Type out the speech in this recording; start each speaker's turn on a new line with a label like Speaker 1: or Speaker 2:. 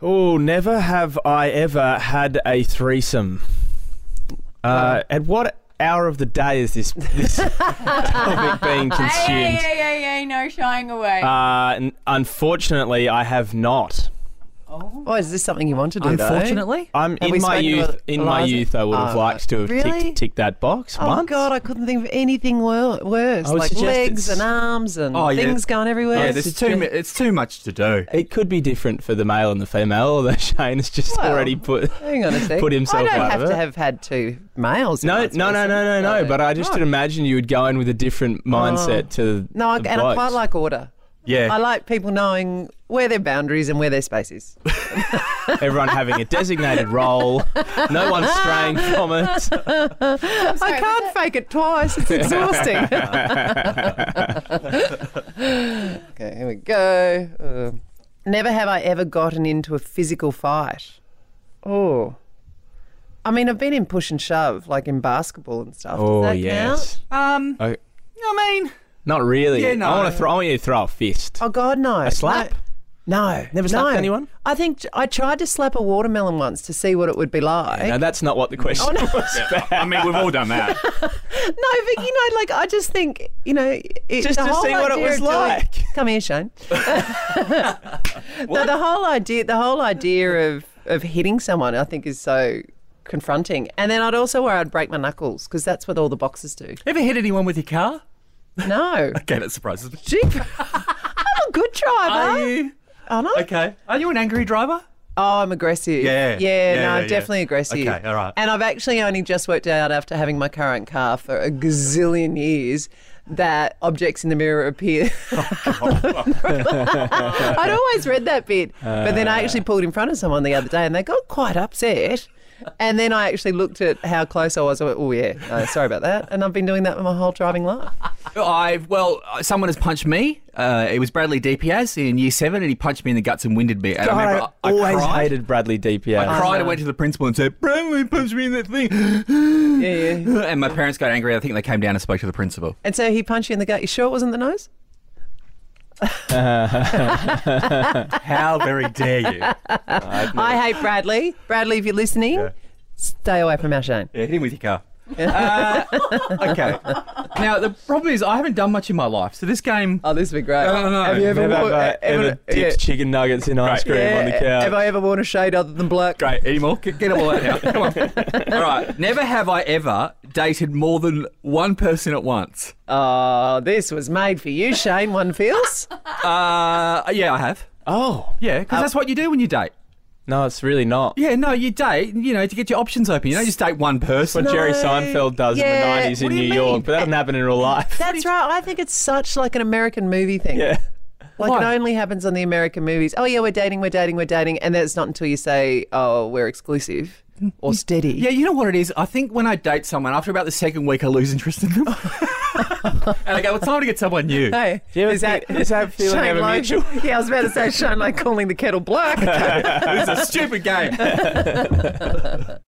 Speaker 1: will never have I ever had a threesome. Uh, at what hour of the day is this, this topic being
Speaker 2: Hey,
Speaker 1: consumed?
Speaker 2: hey, hey, hey, hey, no shying away.
Speaker 1: Uh, n- unfortunately, I have not.
Speaker 3: Oh, is this something you want to do? though?
Speaker 4: Unfortunately,
Speaker 1: I'm
Speaker 3: eh? Have we
Speaker 1: in my
Speaker 3: spoken to
Speaker 1: youth.
Speaker 3: Eli-
Speaker 1: In my
Speaker 3: Eliza?
Speaker 1: youth, I would have
Speaker 3: Oh,
Speaker 1: liked to have
Speaker 3: really?
Speaker 1: ticked, ticked that box
Speaker 3: Oh
Speaker 1: once.
Speaker 3: God, I couldn't think of anything wor- worse.
Speaker 1: I would
Speaker 3: Like
Speaker 1: suggest
Speaker 3: legs
Speaker 1: it's-
Speaker 3: and arms and
Speaker 5: Oh, yeah.
Speaker 3: things going everywhere.
Speaker 5: Yeah, there's too mu- it's too much to do.
Speaker 1: It could be different for the male and the female, although Shane has just
Speaker 3: Well,
Speaker 1: already put
Speaker 3: Hang on a sec.
Speaker 1: put himself
Speaker 3: I don't
Speaker 1: out
Speaker 3: have
Speaker 1: of
Speaker 3: to
Speaker 1: it.
Speaker 3: have had two males. in
Speaker 1: No,
Speaker 3: my
Speaker 1: no, no, no,
Speaker 3: threesome.
Speaker 1: no, no. But I just
Speaker 3: Oh.
Speaker 1: did imagine you would go in with a different mindset to
Speaker 3: No, I,
Speaker 1: the
Speaker 3: and I
Speaker 1: blokes.
Speaker 3: quite like order.
Speaker 5: Yeah.
Speaker 3: I like people knowing where their boundaries and where their space is.
Speaker 1: everyone having a designated role. No one straying from it.
Speaker 3: I can't fake it twice. It's exhausting. okay, here we go. Um, never have I ever gotten into a physical fight. Oh. I mean, I've been in push and shove, like in basketball and stuff. Does
Speaker 1: Oh
Speaker 3: that count?
Speaker 1: yes.
Speaker 5: um,
Speaker 1: I-
Speaker 5: I mean,
Speaker 1: Not really.
Speaker 5: Yeah, no.
Speaker 1: I want to throw. I want you to throw a fist.
Speaker 3: Oh God, no!
Speaker 1: A slap?
Speaker 3: No,
Speaker 1: Never
Speaker 3: no.
Speaker 1: slapped anyone?
Speaker 3: I think I tried to slap a watermelon once to see what it would be like.
Speaker 1: No, that's not what
Speaker 3: Oh,
Speaker 1: the question was.
Speaker 5: I mean, we've all done that.
Speaker 3: No, but you know, like I just think, you know, it,
Speaker 1: Just
Speaker 3: the
Speaker 1: to
Speaker 3: whole
Speaker 1: see what it
Speaker 3: idea
Speaker 1: was
Speaker 3: of doing-
Speaker 1: like.
Speaker 3: come here, Shane. no, the whole idea, the whole idea of of hitting someone, I think, is so confronting. And then I'd also where I'd break my knuckles because that's what all the boxers do.
Speaker 4: ever hit anyone with your car?
Speaker 3: No,
Speaker 5: Okay, that surprises me.
Speaker 3: Gee, I'm a good driver.
Speaker 4: Are you
Speaker 3: Aren't I?
Speaker 4: okay? Are you an angry driver?
Speaker 3: Oh, I'm aggressive.
Speaker 5: Yeah.
Speaker 3: Yeah,
Speaker 5: Yeah,
Speaker 3: no,
Speaker 5: yeah,
Speaker 3: I'm
Speaker 5: yeah.
Speaker 3: definitely aggressive.
Speaker 5: Okay, all right.
Speaker 3: And I've actually only just worked out after having my current car for a gazillion years that objects in the mirror appear.
Speaker 5: Oh,
Speaker 3: I'd always read that bit. but then
Speaker 5: Uh.
Speaker 3: I actually pulled in front of someone the other day and they got quite upset. And then I actually looked at how close I was. I went, oh, yeah, no, sorry about that. And I've been doing that my whole driving life.
Speaker 5: I've well, someone has punched me. Uh, it was Bradley DPS in year seven, and he punched me in the guts and winded me. And I remember
Speaker 1: God, I, always
Speaker 5: cried.
Speaker 1: hated Bradley DPS.
Speaker 5: I cried and went to the principal and said, Bradley punched me in that thing.
Speaker 3: Yeah, yeah.
Speaker 5: and my parents got angry. I think they came down and spoke to the principal.
Speaker 3: And so he punched you in the gut. You sure it wasn't the nose?
Speaker 5: How very dare you?
Speaker 3: I hate Bradley. Bradley, if you're listening, stay away from our Shane.
Speaker 5: Yeah, hit him with your car. Uh, okay. Now the problem is I haven't done much in my life, so this game.
Speaker 3: Oh, this would be great.
Speaker 5: No, no, no.
Speaker 3: Have you ever,
Speaker 1: Never
Speaker 3: wo-
Speaker 1: have I
Speaker 3: ever-
Speaker 1: ever dipped
Speaker 3: eh, yeah,
Speaker 1: chicken nuggets in ice cream on the
Speaker 3: yeah,
Speaker 1: couch.
Speaker 3: Have I ever worn a shade other than black?
Speaker 5: Great, anymore? Get, get them all out now. Come on. All right. Never have I ever dated more than one person at once.
Speaker 3: Oh, this was made for you, Shane. One feels.
Speaker 5: Uh, yeah, I have.
Speaker 1: oh
Speaker 5: Yeah, because that's what you do when you date.
Speaker 1: no, it's really not.
Speaker 5: Yeah, no, you date, you know, to get your options open. You don't just date one person.
Speaker 1: What Jerry
Speaker 3: No.
Speaker 1: Seinfeld does
Speaker 3: Yeah,
Speaker 1: in the 90s in
Speaker 3: what do
Speaker 1: New
Speaker 3: you mean?
Speaker 1: York, but that doesn't happen in real life.
Speaker 3: That's right. I think it's such like an American movie thing.
Speaker 1: yeah.
Speaker 3: Like it
Speaker 5: Why?
Speaker 3: only happens on the American movies. Oh yeah, we're dating, we're dating, we're dating, and that's not until you say, "Oh, we're exclusive or steady."
Speaker 5: Yeah, you know what it is? I think when I date someone, after about the second week, I lose interest in them. and I go, well, it's time to get someone new.
Speaker 3: Hey,
Speaker 1: Do you ever think- is that feeling
Speaker 3: Shane
Speaker 1: ever
Speaker 3: Lowe-
Speaker 1: mutual?
Speaker 3: Yeah, I was about to say Shane like calling the kettle black.
Speaker 5: It's a stupid game.